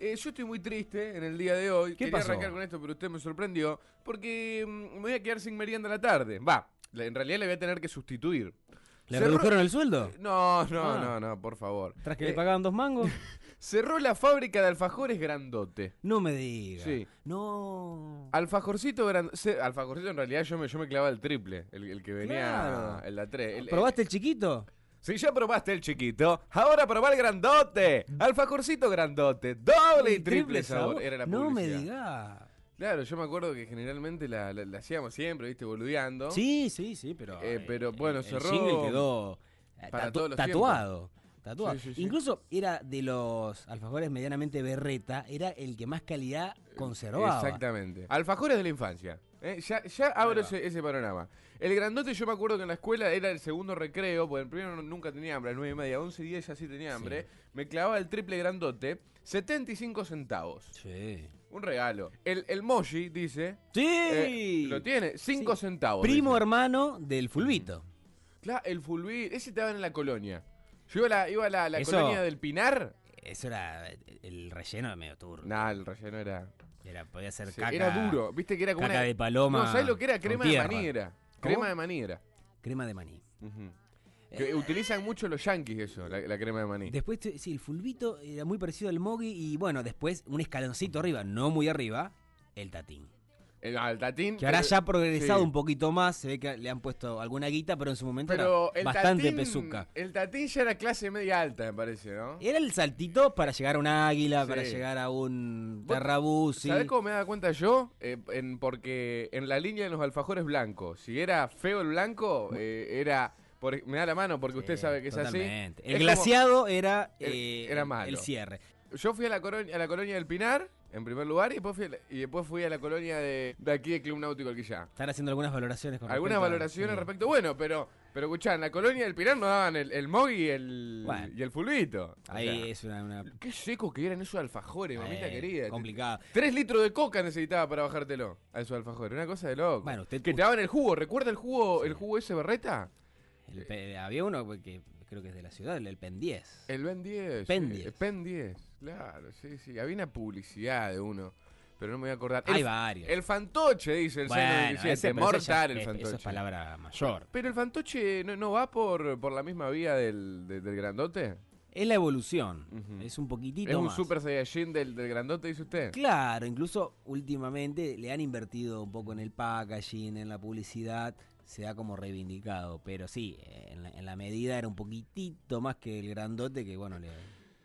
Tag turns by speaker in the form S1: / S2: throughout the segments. S1: Eh, yo estoy muy triste en el día de hoy.
S2: ¿Qué
S1: Quería
S2: pasó?
S1: arrancar con esto, pero usted me sorprendió. Porque mm, me voy a quedar sin merienda a la tarde. Va, la- en realidad le voy a tener que sustituir.
S2: ¿Le
S1: Cerró-
S2: redujeron el sueldo?
S1: No, no,
S2: Ah.
S1: no, no, por favor.
S2: ¿Tras que
S1: Eh,
S2: le pagaban dos mangos?
S1: cerró la fábrica de alfajores grandote.
S2: No me diga.
S1: Sí. Ah,
S2: No.
S1: Alfajorcito grandote. Alfajorcito en realidad yo me, yo me clavaba el triple, el, el que venía
S2: Claro.
S1: en la 3.
S2: ¿Probaste el chiquito?
S1: Si ya probaste el chiquito, ahora probá el grandote. Alfajorcito grandote, doble y triple sabor. Era la
S2: no me
S1: publicidad.
S2: diga.
S1: Claro, yo me acuerdo que generalmente la, la- la hacíamos siempre, viste, boludeando.
S2: Sí, sí, sí, pero.
S1: Eh, pero, bueno,
S2: el
S1: cerró
S2: jingle quedó eh,
S1: para
S2: tatu-
S1: todos los
S2: tatuado. Tatuado.
S1: Sí, sí, sí.
S2: Incluso era de los alfajores medianamente berreta, era el que más calidad conservaba.
S1: Exactamente. Alfajores de la infancia. Eh, ya, ya abro ese, ese panorama. El grandote, yo me acuerdo que en la escuela era el segundo recreo, porque el primero no- nunca tenía hambre, a las 9 y media, 11 y 10 ya sí tenía hambre. Me clavaba el triple grandote, 75 centavos.
S2: Sí.
S1: Un regalo. El, el moji dice.
S2: Sí.
S1: eh, lo tiene, 5
S2: Sí.
S1: centavos.
S2: Primo
S1: dice.
S2: hermano del Fulvito.
S1: Claro, el fulbí, ese te daban en la colonia. Yo iba a la, iba a la, la
S2: Eso-
S1: colonia del Pinar.
S2: Eso era eh, el relleno de medio turno.
S1: Nah, el relleno era.
S2: Era, podía ser
S1: Sí,
S2: caca.
S1: Era duro, viste que era como
S2: caca
S1: una-
S2: de paloma
S1: No, ¿sabes lo que era?
S2: con
S1: Crema de
S2: tierra.
S1: maniera.
S2: ¿Cómo?
S1: Crema de maniera.
S2: Crema de maní.
S1: Ujú. Que utilizan mucho los yanquis eso, la, la crema de maní.
S2: Después, te- sí, el fulbito era muy parecido al mogui y bueno, después un escaloncito arriba, no muy arriba, el tatín.
S1: El, al tatín.
S2: Que ahora
S1: pero-
S2: ya ha progresado
S1: Eh, sí.
S2: un poquito más, se ve que le han puesto alguna guita, pero en su momento
S1: Pero
S2: era
S1: el
S2: bastante
S1: tatín,
S2: pezuca.
S1: El tatín ya era clase media alta, me parece, ¿no?
S2: Era el saltito para llegar a un águila,
S1: Sí.
S2: para llegar a un
S1: ¿Vos
S2: terrabuzzi.
S1: ¿Sabés cómo me daba cuenta yo? Eh, en- porque en la línea de los alfajores blancos, si era feo el blanco, eh, era. por- me da la mano porque usted
S2: Sí,
S1: sabe que es
S2: totalmente.
S1: así.
S2: El
S1: Es como-
S2: glaciado era,
S1: El-
S2: eh,
S1: era malo.
S2: el cierre.
S1: Yo fui a la, colonia, a la colonia del Pinar, en primer lugar, y después fui a la, y después fui a la colonia de, de aquí de Club Náutico Alquillá.
S2: Están haciendo algunas valoraciones con
S1: Algunas
S2: respecto a-
S1: valoraciones
S2: sí.
S1: respecto. Bueno, pero, pero escuchá, en la colonia del Pinar nos daban el, el mogui y el,
S2: Bueno.
S1: y el fulbito. O
S2: Ahí
S1: sea,
S2: es una, una-
S1: Qué secos que eran esos alfajores, mamita
S2: eh,
S1: querida.
S2: complicado.
S1: Tres litros de coca necesitaba para bajártelo a esos alfajores. Una cosa de loco.
S2: Bueno, usted-
S1: que te daban el jugo. ¿Recuerda el jugo, el jugo ese berreta?
S2: El pe- había uno que creo que es de la ciudad, el, el Pen 10.
S1: El Ben 10.
S2: Pen
S1: eh,
S2: 10.
S1: Pen 10. Claro, sí, sí. Había una publicidad de uno, pero no me voy a acordar.
S2: Hay
S1: el,
S2: varios.
S1: El fantoche, dice el
S2: bueno,
S1: 697.
S2: ese, pero ese ya-
S1: mortal el
S2: es-
S1: fantoche.
S2: Eso es palabra mayor.
S1: Pero el fantoche no, no va por, por la misma vía del, de- del grandote.
S2: Es la evolución.
S1: Ujú.
S2: Es un poquitito
S1: Es un
S2: más.
S1: super saiyajin del, del grandote, dice usted.
S2: Claro, incluso últimamente le han invertido un poco en el packaging, en la publicidad, se ha como reivindicado, pero sí, en la, en la medida era un poquitito más que el grandote que bueno, le,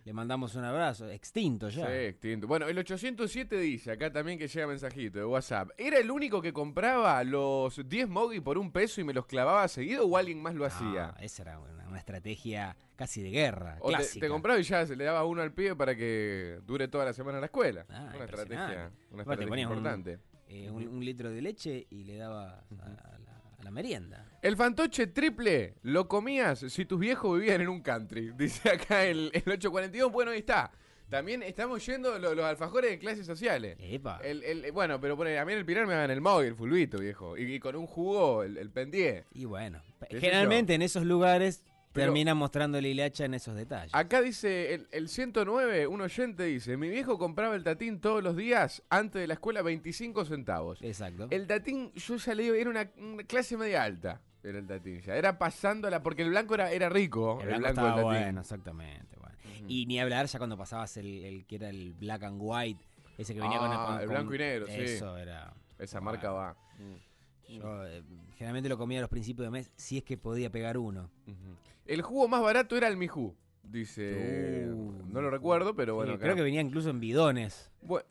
S2: le mandamos un abrazo, extinto ya.
S1: Sí, extinto. Bueno, el 807 dice, acá también que llega mensajito de WhatsApp. ¿Era el único que compraba los 10 Mogi por un peso y me los clavaba seguido o alguien
S2: Ah,
S1: más lo hacía?
S2: No, esa era una, una estrategia casi de guerra,
S1: O te,
S2: clásica.
S1: te compraba y ya se le daba uno al pibe para que dure toda la semana en la escuela.
S2: Ah,
S1: una
S2: impresionante.
S1: estrategia, una
S2: Aparte,
S1: estrategia
S2: ponías un-
S1: importante.
S2: eh, un, un litro de leche y le daba a, a la, a la merienda.
S1: El fantoche triple lo comías si tus viejos vivían en un country. Dice acá el, el 842. Bueno, ahí está. También estamos yendo lo- los alfajores de clases sociales.
S2: Epa.
S1: El, el- bueno, pero poné, a mí en el Pinar me daban el móvil, el fulbito, viejo. Y, y con un jugo, el, el pendié.
S2: Y bueno,
S1: sé
S2: generalmente en esos lugares
S1: Pero-
S2: terminan mostrándole el hacha en esos detalles.
S1: Acá dice el, el 109, un oyente dice: Mi viejo compraba el tatín todos los días antes de la escuela, 25 centavos.
S2: Exacto.
S1: El tatín, yo ya le digo, era una, una clase media alta. Era el tatín ya. Era pasándola, porque el blanco era, era rico.
S2: El blanco,
S1: del
S2: estaba
S1: tatín.
S2: bueno, exactamente. bueno. Y ni hablar ya cuando pasabas el, el que era el black and white, ese que venía con,
S1: Ah,
S2: con-
S1: el
S2: con-
S1: blanco y negro, sí. Mm.
S2: Eso era.
S1: Esa marca
S2: Bueno,
S1: va.
S2: Yo eh, generalmente lo comía a los principios de mes, si es que podía pegar uno.
S1: El jugo más barato era el Mijú, dice.
S2: Uh.
S1: no lo recuerdo, pero
S2: Sí,
S1: bueno. acá.
S2: creo que venía incluso en bidones.
S1: Bueno,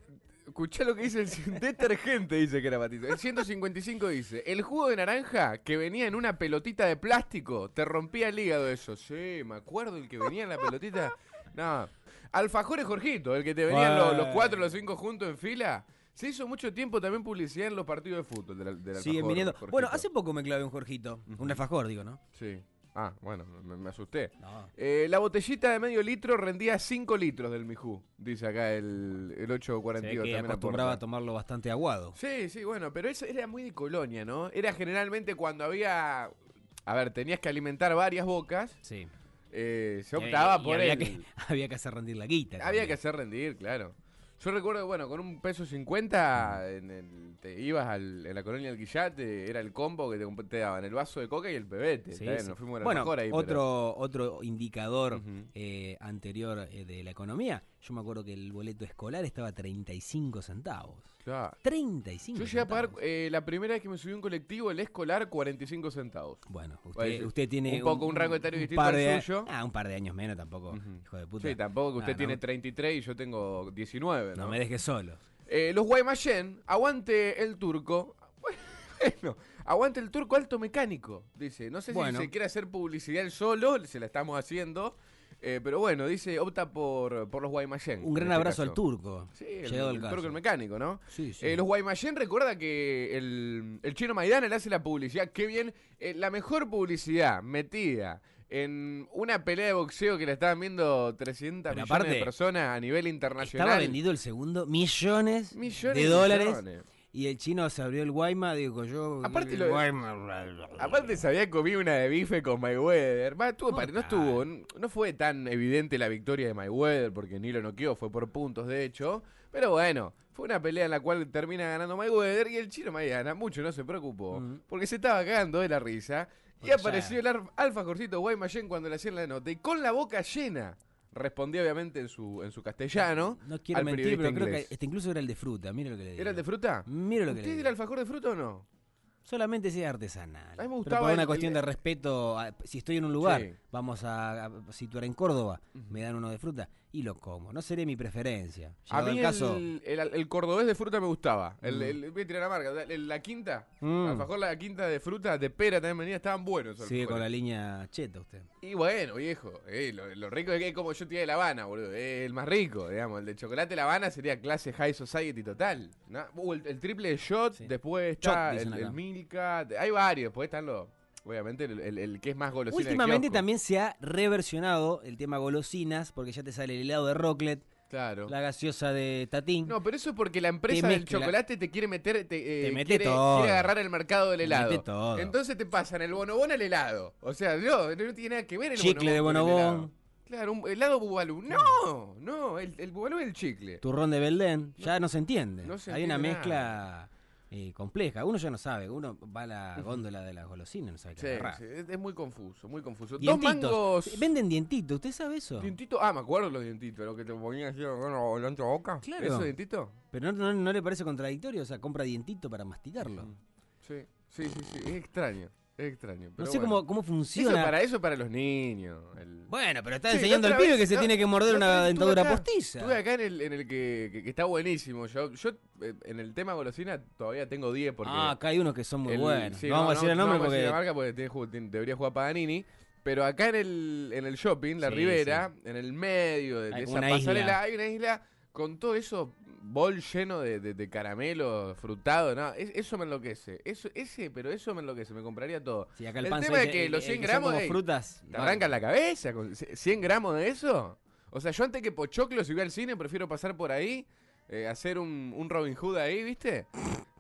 S1: escuchá lo que dice el cien- detergente, dice que era Patito. El 155 dice: El jugo de naranja que venía en una pelotita de plástico te rompía el hígado. Eso, sí, me acuerdo el que venía en la pelotita. No, alfajores Jorgito, el que te venían lo- los,
S2: Bueno.
S1: cuatro los cinco juntos en fila. Se hizo mucho tiempo también publicidad en los partidos de fútbol del, al- del
S2: Siguen
S1: alfajor,
S2: viniendo.
S1: Jorgito.
S2: Bueno, hace poco me clavé un Jorgito, un alfajor, digo, ¿no?
S1: Sí. Ah, bueno, me, me asusté.
S2: No.
S1: Eh, la botellita de medio litro rendía 5 litros del Mijú, dice acá el, el
S2: Se ve
S1: 842.
S2: que
S1: también
S2: acostumbraba a
S1: aporta.
S2: tomarlo bastante aguado.
S1: Sí, sí, bueno, pero eso era muy de colonia, ¿no? Era generalmente cuando había... A ver, tenías que alimentar varias bocas.
S2: Sí.
S1: eh, se
S2: Y-
S1: optaba
S2: y
S1: por
S2: había
S1: el-
S2: que, había que hacer rendir la guita.
S1: Había
S2: también.
S1: que hacer rendir, claro. Yo recuerdo, bueno, con un peso cincuenta en el- te ibas al- en la colonia del Quillate, era el combo que te, comp- te daban, el vaso de coca y el pebete. Está
S2: Sí,
S1: bien,
S2: sí.
S1: Nos fuimos a la
S2: bueno,
S1: mejor ahí. pero-
S2: otro, otro indicador
S1: Ujú.
S2: eh, anterior eh, de la economía, yo me acuerdo que el boleto escolar estaba a 35 centavos.
S1: Claro.
S2: 35
S1: Yo llegué a pagar,
S2: centavos.
S1: eh, la primera vez que me subí a un colectivo, el escolar, 45 centavos.
S2: Bueno, usted,
S1: Bueno, sí.
S2: usted tiene.
S1: Un poco un rango etario distinto
S2: par
S1: al
S2: de-
S1: suyo.
S2: Ah, un par de años menos tampoco,
S1: Ujú.
S2: hijo de puta.
S1: Sí, tampoco que usted
S2: Ah, no.
S1: tiene 33 y yo tengo 19, ¿no?
S2: No me dejes solo.
S1: Eh, los Guaymallén, aguante el turco. Bueno, aguante el turco alto mecánico, dice. No sé
S2: Bueno.
S1: si se quiere hacer publicidad él solo, se la estamos haciendo. eh, pero bueno, dice, opta por, por los Guaymallén.
S2: Un gran
S1: en este
S2: abrazo al
S1: caso.
S2: turco.
S1: Sí, el,
S2: Llegado el
S1: el
S2: caso.
S1: turco el mecánico, ¿no?
S2: Sí, sí.
S1: Eh, los Guaymallén recuerda que el, el chino Maidana le hace la publicidad. Qué bien. eh, la mejor publicidad metida en una pelea de boxeo que la estaban viendo 300
S2: Pero
S1: millones de
S2: aparte,
S1: personas a nivel internacional.
S2: Estaba vendido el segundo, millones,
S1: Millones
S2: de dólares.
S1: millones.
S2: Y el chino se abrió el Guayma, dijo yo.
S1: Aparte
S2: el
S1: lo-
S2: Guayma-
S1: Aparte se había comido una de bife con Mayweather. Va, estuvo
S2: No,
S1: pare- no estuvo, n- no fue tan evidente la victoria de Mayweather porque ni lo noqueó, fue por puntos de hecho. Pero bueno, fue una pelea en la cual termina ganando Mayweather y el chino Maidana mucho no se preocupó
S2: Mm.
S1: porque se estaba cagando de la risa. Y
S2: Bueno,
S1: apareció el alf- alfajorcito Guaymallén cuando le hacían la nota y con la boca llena respondió obviamente en su, en su castellano.
S2: No quiero
S1: al
S2: mentir,
S1: periodista
S2: pero creo
S1: inglés.
S2: que este incluso era el de fruta. Mira lo que le digo.
S1: ¿Era el de fruta?
S2: Mira lo que le
S1: ¿Usted
S2: digo.
S1: era alfajor de fruta o no?
S2: Solamente sea artesanal.
S1: A mí me
S2: Pero
S1: gustaba
S2: por una
S1: el-
S2: cuestión
S1: el-
S2: de respeto, a- si estoy en un lugar,
S1: Sí.
S2: vamos a, a situar en Córdoba,
S1: Ujú.
S2: me dan uno de fruta y lo como. No sería mi preferencia.
S1: A
S2: Llegado
S1: mí
S2: el caso,
S1: el, el- el cordobés de fruta me gustaba. El,
S2: Mm.
S1: el- voy a tirar la marca. la- el- la quinta.
S2: Mm.
S1: Alfajor la quinta de fruta, de pera también venía. Estaban buenos. esos
S2: sigue con la
S1: alfajores.
S2: línea cheta usted.
S1: Y bueno, viejo. eh, lo, lo rico es que es como yo tiré de La Habana, boludo. eh, el más rico, digamos. El de chocolate La Habana sería clase high society total. ¿no? Uh, el, el triple de shot.
S2: Sí.
S1: Después
S2: Shot,
S1: está
S2: dicen
S1: el, el
S2: acá.
S1: Milka. Hay varios. Después están los... Obviamente el, el- el que es más golosina. del
S2: Últimamente
S1: kiosco.
S2: también se ha reversionado el tema golosinas, porque ya te sale el helado de Rocklet,
S1: Claro.
S2: la gaseosa de Tatín.
S1: No, pero eso es porque la empresa del
S2: mezcla.
S1: chocolate te quiere meter, te, eh,
S2: Te mete
S1: quiere,
S2: todo.
S1: quiere agarrar el mercado del
S2: Te
S1: helado.
S2: mete todo.
S1: Entonces te pasan el bonobón al helado. O sea, no, no tiene nada que ver el
S2: Chicle de
S1: bonobón. con el
S2: bonobón.
S1: helado. Claro, un helado bubalú. No, no, el, el bubalú es el chicle.
S2: Turrón de Belén, ya no se entiende.
S1: no se
S2: Hay una
S1: entiende
S2: mezcla eh, compleja. Uno ya no sabe. Uno va a la góndola de las golosinas, no sabe qué
S1: Sí,
S2: agarrar.
S1: sí, es, es muy confuso, muy confuso.
S2: Dientitos.
S1: Dos mangos.
S2: Venden dientitos, ¿usted sabe eso?
S1: Dientito, ah, me acuerdo los dientitos, lo que te ponían así, bueno, la otra boca.
S2: Claro.
S1: ¿Eso dientito?
S2: Pero no, no- no le parece contradictorio, o sea, compra dientito para masticarlo.
S1: Sí, sí, sí, sí, es extraño, es extraño.
S2: no
S1: pero
S2: sé
S1: bueno.
S2: cómo, cómo
S1: Eso
S2: funciona.
S1: para eso es para los niños. el-
S2: Bueno, pero está
S1: Sí,
S2: enseñando al
S1: otra
S2: pibe
S1: vez,
S2: que se
S1: la-
S2: tiene que morder
S1: la otra
S2: una
S1: vez estuve
S2: dentadura
S1: acá,
S2: postiza.
S1: Estuve acá en el, en el que, que- que está buenísimo. Yo, yo eh, en el tema golosina todavía tengo 10 porque...
S2: Ah, acá hay unos que son muy
S1: el-
S2: buenos.
S1: sí,
S2: no vamos a decir el nombre
S1: vamos a decir la
S2: porque.
S1: marca porque tiene ju- tiene- debería jugar Paganini. Pero acá en el, en el shopping, la
S2: Sí,
S1: Ribera, en el medio de, de
S2: Hay
S1: esa
S2: una
S1: pasarela,
S2: isla.
S1: hay una isla con todo eso bol lleno de, de- de caramelo frutado. No, Es- eso me enloquece. Eso, ese, pero eso me enloquece. Me compraría todo.
S2: Sí, acá el,
S1: El
S2: panza
S1: tema
S2: dice,
S1: es que los
S2: el
S1: 100
S2: son
S1: gramos,
S2: como
S1: ey,
S2: frutas.
S1: Te arrancan la cabeza con c- 100 gramos de eso. O sea, yo antes que Pochoclo, si voy al cine, prefiero pasar por ahí, eh, hacer un, un Robin Hood ahí, ¿viste?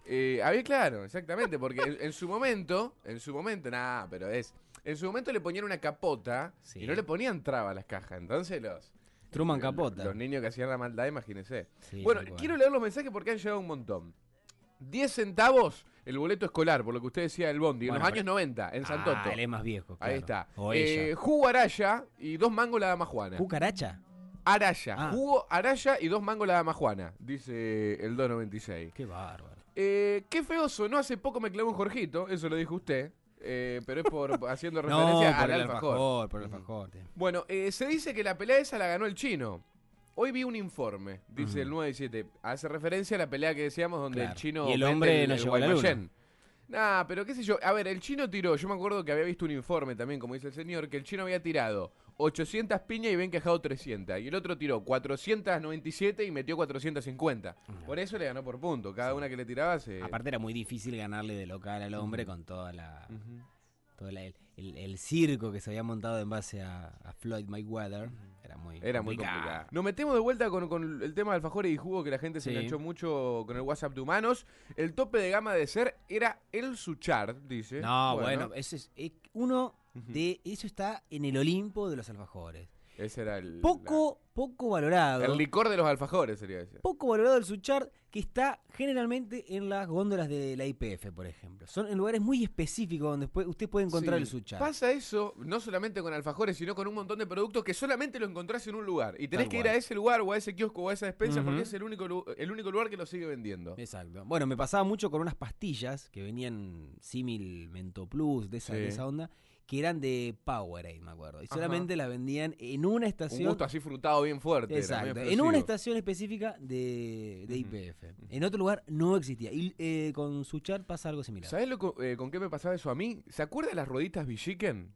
S1: Eh, a ver, claro, exactamente, porque en, en su momento, en su momento, nada, pero es. En su momento le ponían una capota
S2: Sí.
S1: y no le ponían traba a las cajas. Entonces los.
S2: Truman
S1: los-
S2: Capota.
S1: Los niños que hacían la maldad, imagínense.
S2: Sí,
S1: Bueno,
S2: tal cual.
S1: quiero leer los mensajes porque han llegado un montón. 10 centavos el boleto escolar, por lo que usted decía del Bondi, en
S2: Bueno,
S1: los
S2: pero-
S1: años 90, en San Santoto.
S2: Ah, él es más viejo.
S1: Ahí
S2: claro.
S1: está.
S2: O
S1: Eh,
S2: ella.
S1: jugo araya y dos mangos la dama Juana.
S2: ¿Cucaracha?
S1: Araya.
S2: Ah.
S1: Jugo araya y dos mangos la dama Juana, dice el 296.
S2: Qué bárbaro.
S1: Eh, qué feo sonó hace poco me clavó un Jorgito, eso lo dijo usted. eh, pero es por haciendo
S2: No,
S1: referencia
S2: por
S1: al
S2: el
S1: alfajor.
S2: alfajor, por el
S1: Ujú.
S2: alfajor. sí.
S1: Bueno, eh, se dice que la pelea esa la ganó el chino. Hoy vi un informe, dice
S2: Ujú.
S1: el 917. Hace referencia a la pelea que decíamos donde el
S2: Claro.
S1: chino.
S2: Y el
S1: mete
S2: hombre no llegó a la luna.
S1: Guaymallén. Nah, pero qué sé yo. A ver, el chino tiró. Yo me acuerdo que había visto un informe también, como dice el señor, que el chino había tirado 800 piñas y había encajado 300. Y el otro tiró 497 y metió 450.
S2: Ujú.
S1: Por eso le ganó por punto. Cada
S2: Sí.
S1: una que le tiraba se.
S2: Aparte era muy difícil ganarle de local al
S1: Mm.
S2: hombre con toda la,
S1: Ujú.
S2: todo la- el, el- el circo que se había montado en base a, a Floyd Mayweather. Era muy
S1: Mm. Era muy complicada. Nos metemos de vuelta con, con el tema del alfajor y jugo que la gente se
S2: Sí.
S1: enganchó mucho con el WhatsApp de humanos. El tope de gama de ser era el Suchard, dice.
S2: No, bueno, ese es, eh, uno de eso está en el Olimpo de los alfajores.
S1: Ese era el.
S2: Poco, poco
S1: la-
S2: valorado.
S1: el licor de los alfajores sería ese.
S2: poco valorado el Suchard que está generalmente en las góndolas de la IPF, por ejemplo. Son en lugares muy específicos donde después usted puede encontrar
S1: Sí.
S2: el Suchard.
S1: Pasa eso, no solamente con alfajores, sino con un montón de productos que solamente lo encontrás en un lugar. Y tenés
S2: Tal
S1: que ir
S2: cual.
S1: a ese lugar o a ese kiosco o a esa despensa
S2: Ujú.
S1: porque es el único, lu- el único lugar que lo sigue vendiendo.
S2: Exacto. Bueno, me pasaba mucho con unas pastillas que venían símil Mentoplus, de esa, de
S1: Sí.
S2: esa onda, que eran de Powerade, me acuerdo. Y
S1: Ajá.
S2: solamente las vendían en una
S1: Un
S2: estación.
S1: gusto así frutado bien fuerte. era medio
S2: Exacto, en
S1: explosivo.
S2: una estación específica de
S1: Ujú.
S2: IPF. En otro lugar no existía. Y eh, con Suchard pasa algo similar.
S1: ¿Sabés lo, co- eh, con qué me pasaba eso a mí? ¿Se acuerdan las rueditas Villiquen?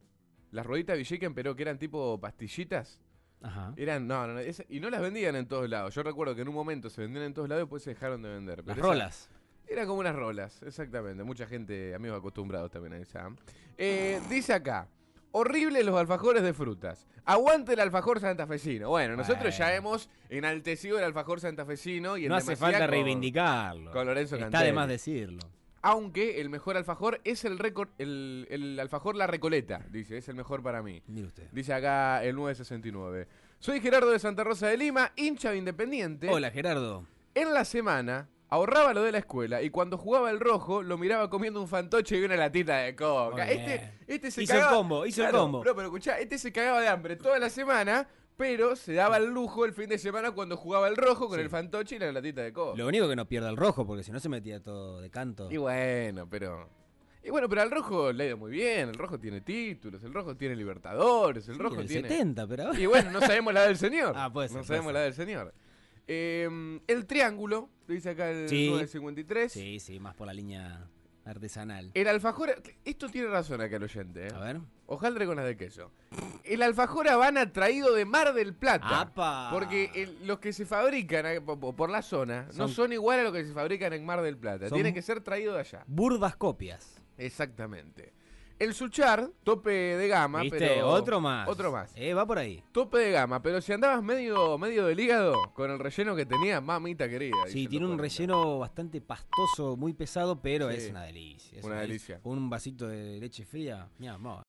S1: Las rueditas Villiquen, pero que eran tipo pastillitas.
S2: Ajá.
S1: Eran, no, no, no, esa- y no las vendían en todos lados. Yo recuerdo que en un momento se vendían en todos lados y después se dejaron de vender.
S2: Las
S1: Pero esa-
S2: rolas.
S1: Era como unas rolas, exactamente. Mucha gente, amigos acostumbrados también a esa. Eh, dice acá, horribles los alfajores de frutas. Aguante el alfajor santafesino. Bueno, nosotros ya
S2: Bueno.
S1: hemos enaltecido el alfajor santafesino y en
S2: No hace
S1: demasía
S2: falta
S1: con-
S2: reivindicarlo.
S1: con Lorenzo
S2: Está
S1: Cantelli.
S2: de más decirlo.
S1: Aunque el mejor alfajor es el, récord, el, el alfajor La Recoleta, dice, es el mejor para mí.
S2: Mire usted.
S1: Dice acá el 969. Soy Gerardo de Santa Rosa de Lima, hincha de Independiente.
S2: Hola, Gerardo.
S1: En la semana ahorraba lo de la escuela y cuando jugaba el rojo lo miraba comiendo un fantoche y una latita de coca.
S2: Muy bien.
S1: Este, este se
S2: Hizo el
S1: cagaba.
S2: combo, hizo el
S1: Claro,
S2: combo.
S1: No, pero escuchá, este se cagaba de hambre toda la semana, pero se daba el lujo el fin de semana cuando jugaba el rojo con
S2: Sí.
S1: el fantoche y la latita de coca.
S2: Lo único que no pierda el rojo, porque si no se metía todo de canto.
S1: Y bueno, pero. Y bueno, pero al rojo le ha ido muy bien. El rojo tiene títulos, el rojo tiene Libertadores, el
S2: Sí,
S1: rojo
S2: el
S1: tiene.
S2: 70, pero ahora-
S1: Y bueno, no sabemos la del señor.
S2: Ah, puede ser,
S1: No
S2: puede
S1: sabemos
S2: ser.
S1: la del señor. Eh, el triángulo, dice acá el
S2: Sí.
S1: 953.
S2: Sí, sí, más por la línea artesanal.
S1: El alfajor. Esto tiene razón acá el oyente, ¿eh?
S2: A ver.
S1: Hojaldre con las de queso. El alfajor Habana traído de Mar del Plata.
S2: ¡Apa!
S1: Porque el- los que se fabrican eh, po- po- por la zona no
S2: Son-
S1: son igual a los que se fabrican en Mar del Plata.
S2: Son-
S1: Tienen que ser traídos de allá.
S2: Burdas copias.
S1: Exactamente. El suchar, tope de gama,
S2: ¿Viste?
S1: pero.
S2: Otro más.
S1: Otro más.
S2: Eh, va por ahí.
S1: Tope de gama, pero si andabas medio, medio del hígado con el relleno que tenía, mamita querida. dice
S2: Sí,
S1: el
S2: tiene un
S1: 40.
S2: relleno bastante pastoso, muy pesado, pero
S1: Sí.
S2: es una delicia. es
S1: Una delicia.
S2: Con un vasito de leche fría. Mi amor.